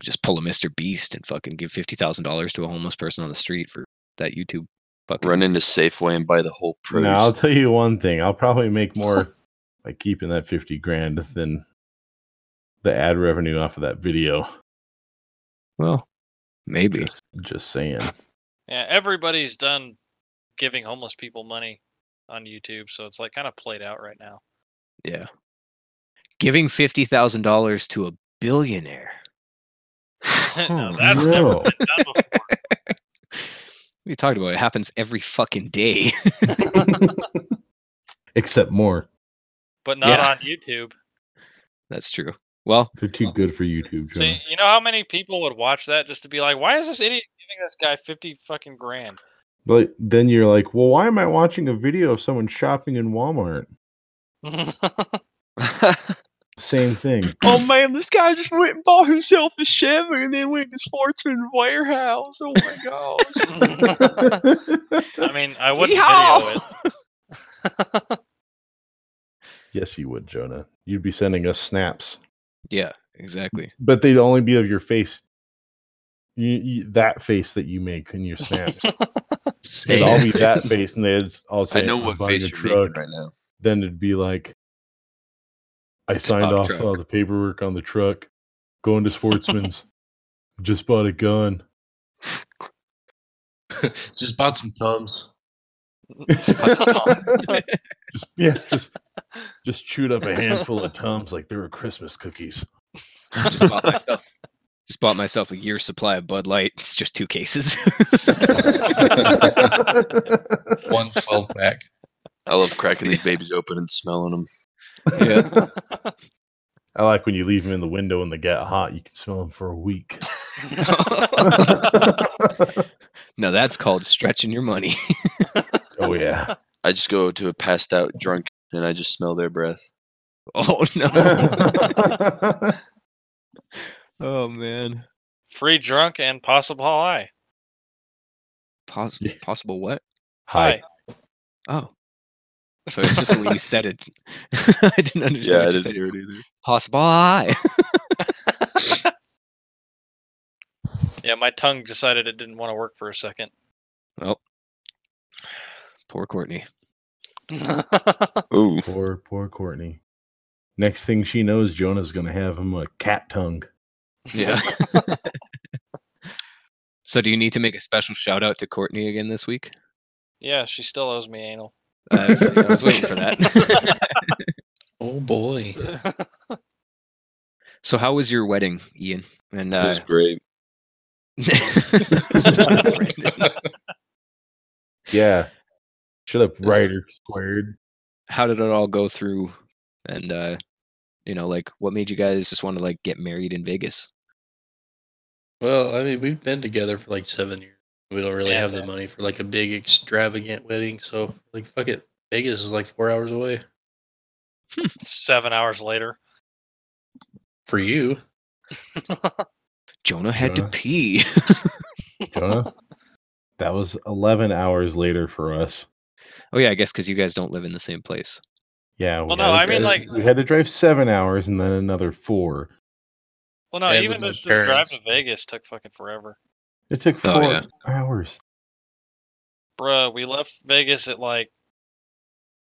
just pull a Mr. Beast and fucking give fifty thousand dollars to a homeless person on the street for that YouTube fucking. Run into Safeway and buy the whole produce. Now, I'll tell you one thing. I'll probably make more by keeping that 50 grand than the ad revenue off of that video. Well, maybe. Just, just saying. Yeah, everybody's done giving homeless people money on YouTube, so it's like kind of played out right now. Yeah. Giving fifty thousand dollars to a billionaire. No, Huh. that's never no. been done before. we talked about it. it happens every fucking day. Except more. but not Yeah. on YouTube. That's true. Well, They're too good for YouTube, Jonah. See, you know how many people would watch that just to be like, "Why is this idiot giving this guy fifty fucking grand?" But then you're like, well, why am I watching a video of someone shopping in Walmart? Same thing. oh man, this guy just went and bought himself a Chevy and then went to Sportsman Warehouse. Oh my gosh. I mean, I wouldn't video it. yes, you would, Jonah. You'd be sending us snaps, yeah, exactly. but they'd only be of your face. You, you, that face that you make in your snaps. It'd all be that face, and they'd all say, I know "I'm what buying a face you're truck." making right now. Then it'd be like, "I Just signed bought a off truck. all the paperwork on the truck, going to Sportsman's, Just bought a gun. Just bought some tums. Just yeah, just just chewed up a handful of tums like they were Christmas cookies. Just bought myself. Just bought myself a year's supply of Bud Light. It's just two cases. One 12 pack. I love cracking these babies open and smelling them. yeah. I like when you leave them in the window and they get hot. You can smell them for a week. No, that's called stretching your money. oh yeah. I just go to a passed out drunk and I just smell their breath. Oh no. oh man. Free drunk and possible high. Pos- Yeah. possible what? Hi. Oh. So it's just the way you said it. I didn't understand Yeah, I what you didn't said. hear it either. Possible high. Yeah, my tongue decided it didn't want to work for a second. Poor Courtney. Ooh, Poor poor Courtney. Next thing she knows, Jonah's gonna have him a cat tongue. Yeah. so do you need to make a special shout out to Courtney again this week? yeah, she still owes me anal. I was, I was waiting for that. Oh boy. so how was your wedding, Ian? And that uh, was great. Yeah. Shut up, Ryder squared. how did it all go through? And uh, you know, like what made you guys just want to like get married in Vegas? Well, I mean, we've been together for like seven years. We don't really Yeah, have the but- money for like a big extravagant wedding, so like fuck it. Vegas is like four hours away Seven hours later. for you. Jonah had Jonah? to pee. Jonah. That was eleven hours later for us. oh yeah, I guess because you guys don't live in the same place. Yeah. we Well, no, had to I mean, drive- like- we had to drive seven hours and then another four. Well, no, And even with my this, this drive parents. to Vegas took fucking forever. It took Oh, four yeah. hours. Bruh, we left Vegas at like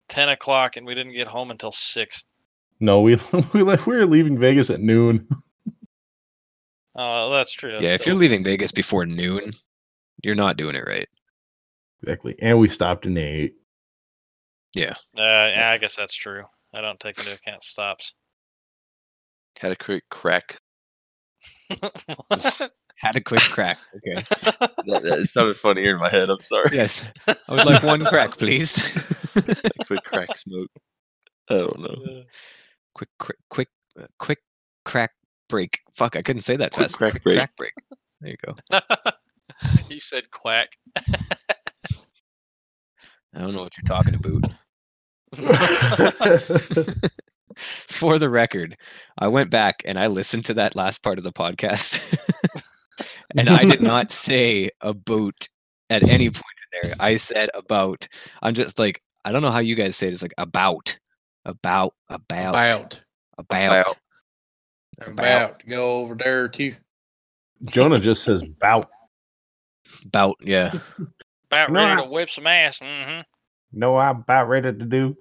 10 o'clock and we didn't get home until 6. No, we we left, we were leaving Vegas at noon. Oh, that's true. that's yeah, if still- you're leaving Vegas before noon, you're not doing it right. Exactly. And we stopped in eight. Uh, yeah, I guess that's true. I don't take into account stops. Had a quick crack. What? Had a quick crack. Okay. That, that it sounded funnier in my head. I'm sorry. yes, I would like one crack, please. A quick crack smoke. I don't know. quick, quick, quick, uh, quick crack break. Fuck, I couldn't say that Quick fast. crack break. crack break. There you go. you said quack. I don't know what you're talking about. For the record, I went back and I listened to that last part of the podcast, and I did not say a boat at any point in there. I said about. I'm just like I don't know how you guys say it. It's like about, about, about, About. about. About. About. About. to go over there too. Jonah just says bout. About, yeah. About No, I- ready to whip some ass. hmm No, I'm about ready to do.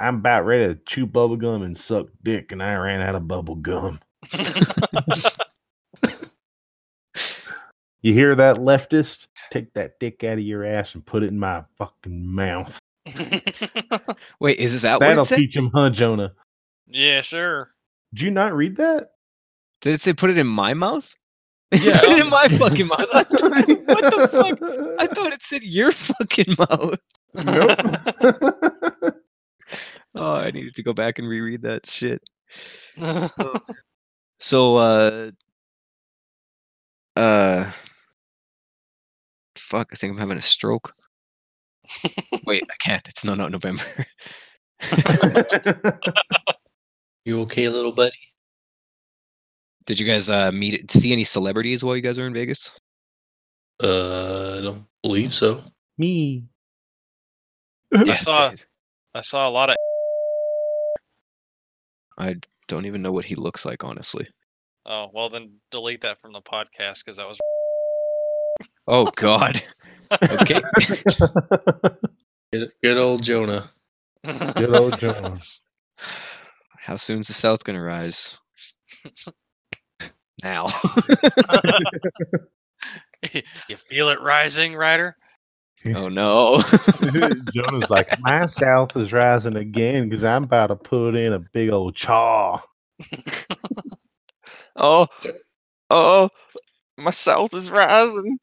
I'm about ready to chew bubble gum and suck dick, and I ran out of bubble gum. You hear that, leftist? Take that dick out of your ass and put it in my fucking mouth. Wait, is that Uh, what That'll it said? teach him, huh, Jonah? yeah, sir. Did you not read that? Did it say put it in my mouth? Yeah. put it in my fucking mouth. I thought, it- what the fuck? I thought it said your fucking mouth. Nope. Oh, I needed to go back and reread that shit. So, uh, uh, fuck, I think I'm having a stroke. Wait, I can't. It's not out November. You okay, little buddy? Did you guys uh meet see any celebrities while you guys were in Vegas? Uh, I don't believe so. Me. I saw- I saw a lot of. I don't even know what he looks like, honestly. Oh well, then delete that from the podcast because that was. Oh God. Okay. Good, good old Jonah. Good old Jonah. How soon's the South gonna rise? now. you feel it rising, Ryder? oh no. Jonah's like, my south is rising again because I'm about to put in a big old chaw. Oh, oh, my south is rising.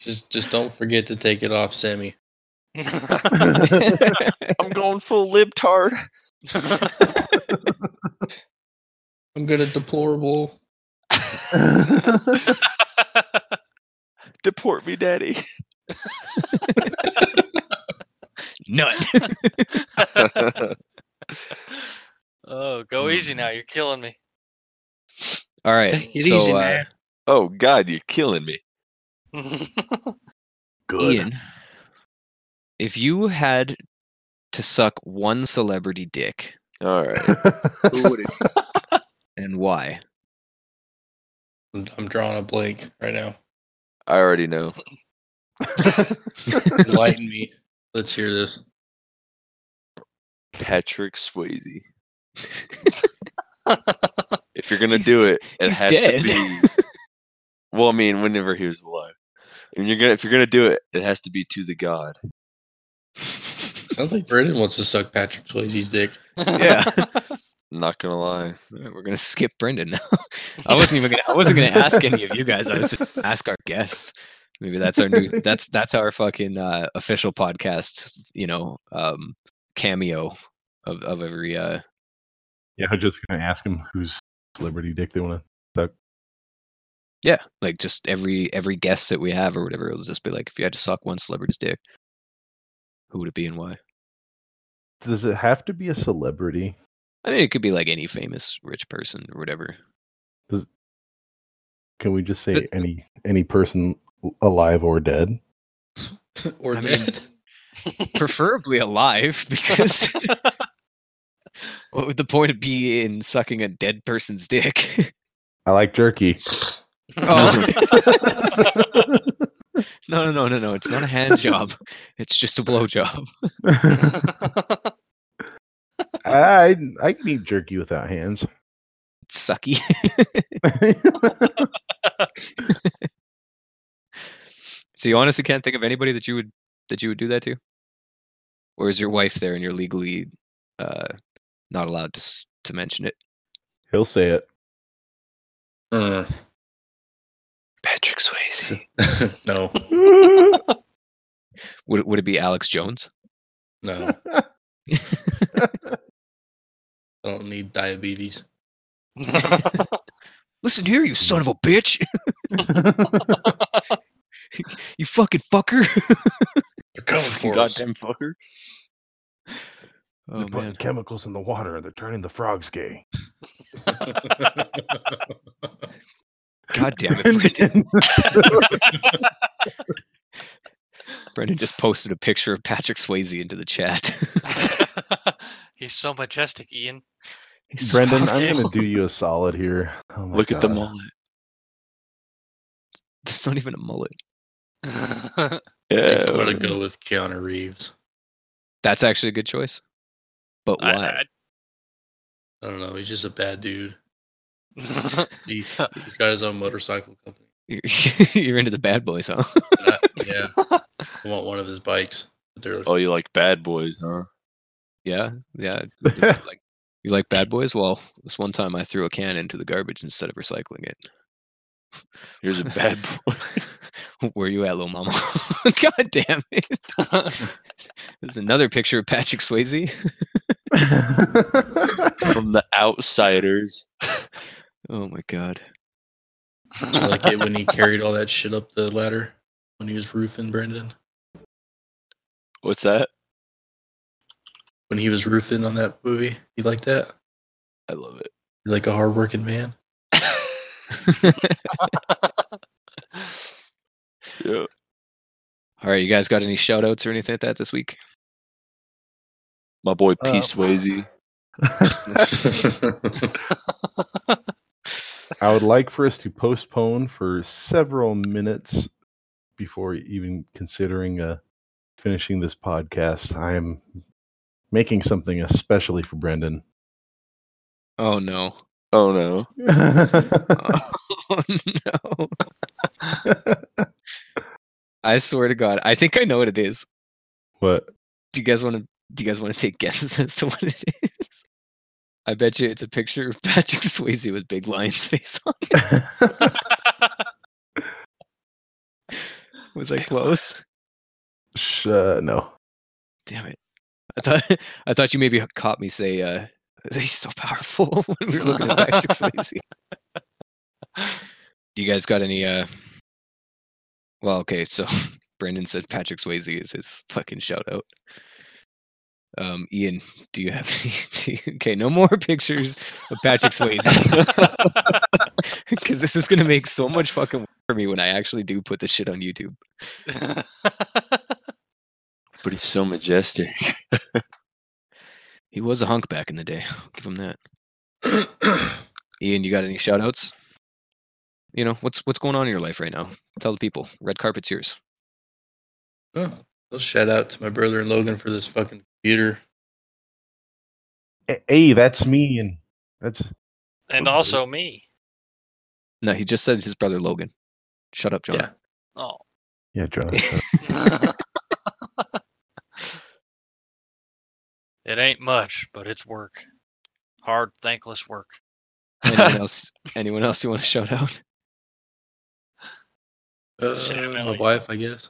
Just just don't forget to take it off, Sammy. I'm going full libtard. I'm good at deplorable. Deport me, daddy. Nut. oh, go easy now. You're killing me. All right. Take it so, easy, uh, man. oh God, you're killing me. Good. Ian, if you had to suck one celebrity dick, All right. who would it be? and why? I'm, I'm drawing a blank right now. I already know. Enlighten me. Let's hear this. Patrick Swayze. if you're gonna do it, it he's has dead. to be. Well, I mean, whenever he was alive, and you're gonna if you're gonna do it, it has to be to the God. Sounds like Brandon wants to suck Patrick Swayze's dick. Yeah. I'm not gonna lie. All right, we're gonna skip Brendan now. I wasn't even gonna. I wasn't gonna ask any of you guys. I was just gonna ask our guests. Maybe that's our new. That's that's our fucking uh, official podcast. You know, um, cameo of of every. Uh, Yeah, I'm just gonna ask him whose celebrity dick they want to suck. yeah, like just every every guest that we have or whatever. It'll just be like if you had to suck one celebrity's dick, who would it be and why? Does it have to be a celebrity? I mean, it could be like any famous rich person or whatever. Can we just say any any person alive or dead? or I mean- dead. Preferably alive, because what would the point be in sucking a dead person's dick? I like jerky. No, no, no, no, no. It's not a hand job. It's just a blow job. I I can eat jerky without hands. It's sucky. so you honestly can't think of anybody that you would that you would do that to, or is your wife there and you're legally uh, not allowed to s- to mention it? He'll say it. Mm. Patrick Swayze. no, Would it- would it be Alex Jones? no. I don't need diabetes. Listen here, you son of a bitch! you fucking fucker! They're coming for Oh, us. Goddamn fucker. Oh, They're putting chemicals in the water and they're turning the frogs gay. God damn it, Brendan. Brendan just posted a picture of Patrick Swayze into the chat. Oh. He's so majestic, Ian. He's Brendan, so- I'm gonna do you a solid here. Oh my Look at the God. mullet. That's not even a mullet. I think Yeah. I'm gonna go with Keanu Reeves. That's actually a good choice. But why? I- I don't know. He's just a bad dude. I- He, he's got his own motorcycle company. You're, you're into the bad boys, huh? And I- yeah, I want one of his bikes. But they're like, Oh, you like bad boys, huh? Yeah, yeah. you do like you like bad boys? Well, this one time I threw a can into the garbage instead of recycling it. Here's a bad boy. Where you at, little mama? God damn it! There's another picture of Patrick Swayze. From the outsiders. Oh my god. "Did you like it when he carried all that shit up the ladder when he was roofing Brendan. What's that? When he was roofing on that movie, you like that? I love it. You like a hardworking man. Yeah. All right, you guys got any shout outs or anything like that this week? My boy P. Uh, Swayze. I would like for us to postpone for several minutes before even considering uh, finishing this podcast. I am making something especially for Brendan. Oh no. Oh no. Oh, no. I swear to God, I think I know what it is. what? Do you guys want to? Do you guys want to take guesses as to what it is? I bet you it's a picture of Patrick Swayze with big lion's face on. it. Was I close? Sh- uh, no. Damn it! I thought I thought you maybe caught me say uh, he's so powerful when we were looking at Patrick Swayze. Do you guys got any? uh Well, okay, so Brandon said Patrick Swayze is his fucking shout out. Um, Ian, do you have any? do you- okay, no more pictures of Patrick Swayze because this is gonna make so much fucking work for me when I actually do put this shit on YouTube. But he's so majestic. He was a hunk back in the day. I'll give him that. Ian, you got any shout outs? You know, what's what's going on in your life right now? Tell the people. Red carpet's yours. Oh, well, shout out to my brother and Logan for this fucking computer. A- Hey, that's me, and that's and also me. No, he just said his brother Logan. Shut up, John. Yeah. Oh. yeah, John. it ain't much, but it's work. Hard, thankless work. Anyone else anyone else you want to shout out? Uh, Sam my Elliott. wife, I guess.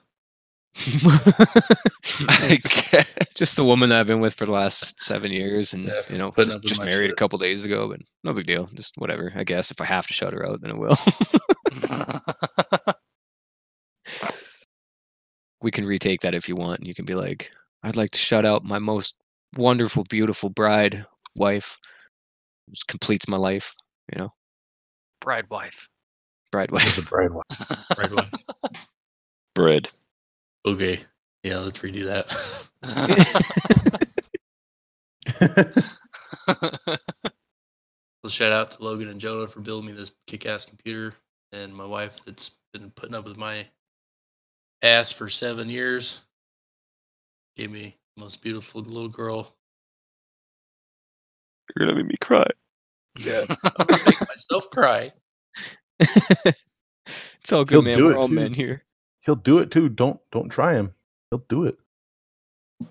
I can't. just a woman that I've been with for the last seven years and Yeah, you know, putting just, up with just my married a shit. couple days ago, but no big deal. Just whatever. I guess if I have to shout her out, then I will. we can retake that if you want. And you can be like, I'd like to shout out my most wonderful, beautiful bride, wife, just completes my life, you know, Bride wife. bride, That's a wife. bright one. Right one. Bread. Okay. Yeah, let's redo that. well, shout out to Logan and Jonah for building me this kick-ass computer, and my wife that's been putting up with my ass for seven years. Gave me the most beautiful little girl. You're gonna make me cry. Yeah, I'm gonna make myself cry. it's all good, He'll man. do We're it, all too. men here. He'll do it too. Don't don't try him. He'll do it.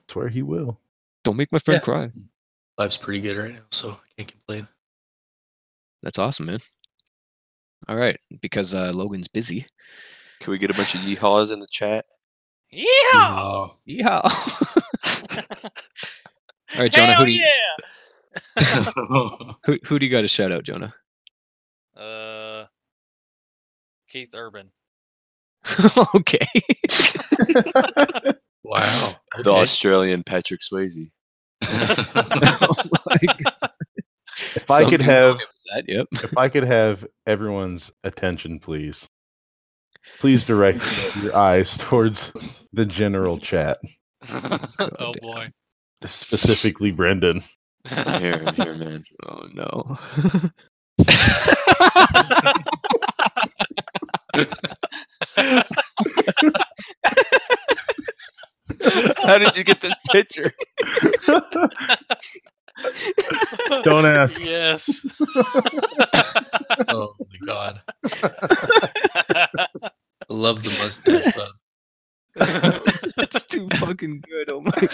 Swear he will. Don't make my friend Yeah. cry. Life's pretty good right now, so I can't complain. That's awesome, man. All right, because uh, Logan's busy. Can we get a bunch of yeehaws in the chat? Mm-hmm. yeah. Oh, Yeah. all right, Jonah, who Hell do, you, yeah. who, who do you got to shout out, Jonah? Uh, Keith Urban. okay. wow. The Okay. Australian Patrick Swayze. Oh, If I could have that, yep. if I could have everyone's attention, please. Please direct your eyes towards the general chat, oh boy. specifically Brendan. I'm here, I'm here, man. Oh no. How did you get this picture? Don't ask. Yes. oh my god. I love the mustache. though. That's too fucking good. Oh my god.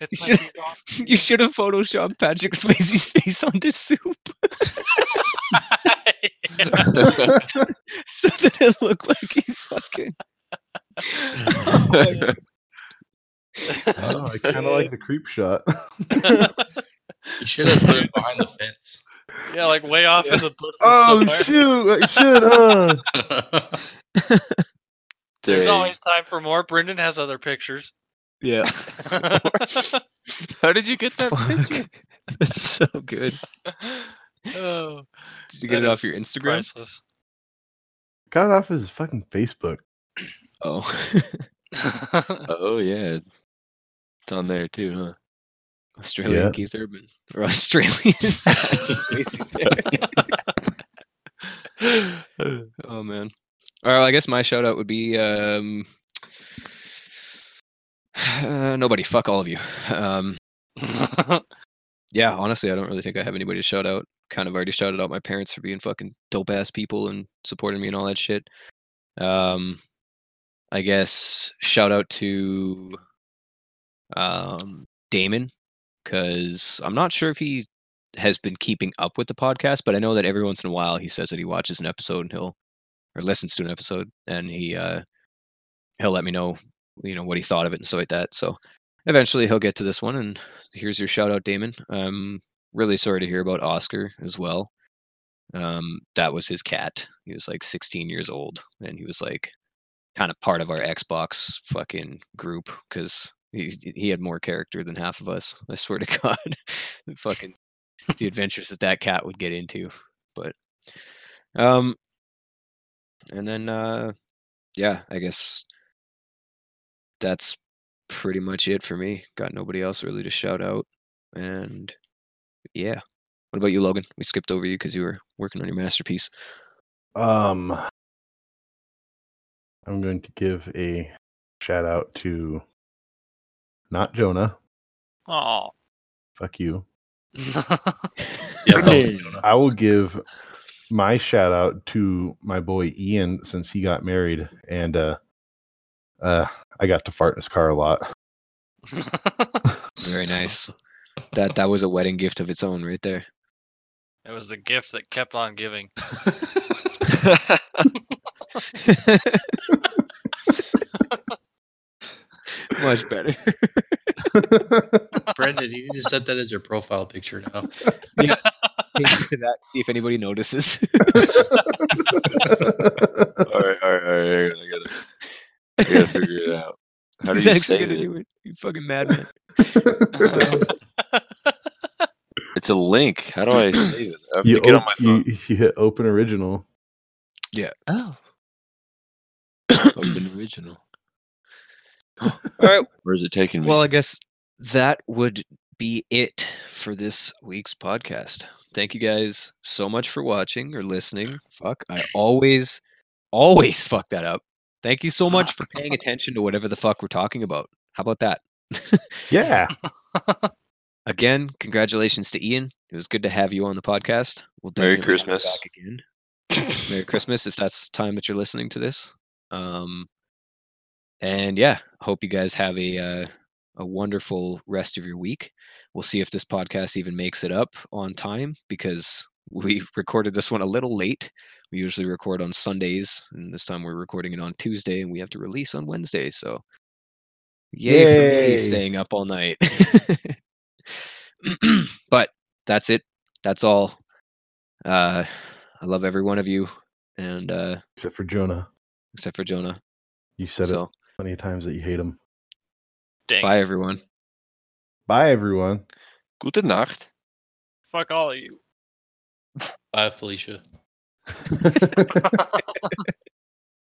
it's You should- like he's off- You should have photoshopped Patrick Swayze's face onto soup so that it looked like he's fucking Oh, I kind of like the creep shot. You should have put it behind the fence. yeah, like way off in the bushes Oh, somewhere. shoot! I should. Uh. There's Dang. always time for more. Brendan has other pictures. Yeah. How did you get that picture? Fuck. That's so good. oh, Did you get That it off is your Instagram? priceless. Got it off his fucking Facebook. Oh. Oh yeah. It's on there too, huh? Australian Yeah. Keith Urban. Or Australian Patrick Swayze. Oh man. All right, well, I guess my shout out would be um uh, nobody. Fuck all of you. Um, yeah, honestly, I don't really think I have anybody to shout out. Kind of already shouted out my parents for being fucking dope ass people and supporting me and all that shit. Um, I guess shout out to um, Damon because I'm not sure if he has been keeping up with the podcast, but I know that every once in a while he says that he watches an episode and he'll or listens to an episode and he uh, he'll let me know you know what he thought of it and stuff like that. So eventually he'll get to this one and here's your shout out damon i'm really sorry to hear about oscar as well um, that was his cat he was like 16 years old and he was like kind of part of our xbox fucking group because he, he had more character than half of us i swear to god fucking the adventures that that cat would get into but um and then uh yeah i guess that's pretty much it for me. Got nobody else really to shout out. And yeah. What about you, Logan? We skipped over you because you were working on your masterpiece. Um, I'm going to give a shout out to not Jonah. Oh. Fuck you. Yeah, fuck Hey. Jonah. I will give my shout out to my boy Ian since he got married and uh uh I got to fart in his car a lot. Very nice. that that was a wedding gift of its own right there. it was the gift that kept on giving. Much better. Brendan, you need to set that as your profile picture now. After that, see if anybody notices. all right, all right, all right. I gotta, I gotta figure it out. How do you Zach's save gonna it? do it. You fucking madman. It's a link. How do I save it? I have you, to get on op- my phone. You, you hit open original. Oh. Open original. All right. Where is it taking me? Well, I guess that would be it for this week's podcast. Thank you guys so much for watching or listening. Ah, Fuck, I always, always fuck that up. Thank you so much for paying attention to whatever the fuck we're talking about. How about that? Yeah. Again, congratulations to Ian. It was good to have you on the podcast. We'll Merry definitely have you Christmas. back again. Merry Christmas if that's the time that you're listening to this. Um, and yeah, hope you guys have a uh, a wonderful rest of your week. We'll see if this podcast even makes it up on time because we recorded this one a little late. We usually record on Sundays, and this time we're recording it on Tuesday, and we have to release on Wednesday. So, yay, for me Yay. staying up all night. but that's it. That's all. Uh, I love every one of you, and uh, Except for Jonah. except for Jonah. You said so, it plenty of times that you hate him. Dang. bye everyone. Bye everyone. Gute Nacht. Fuck all of you. Bye, Felicia.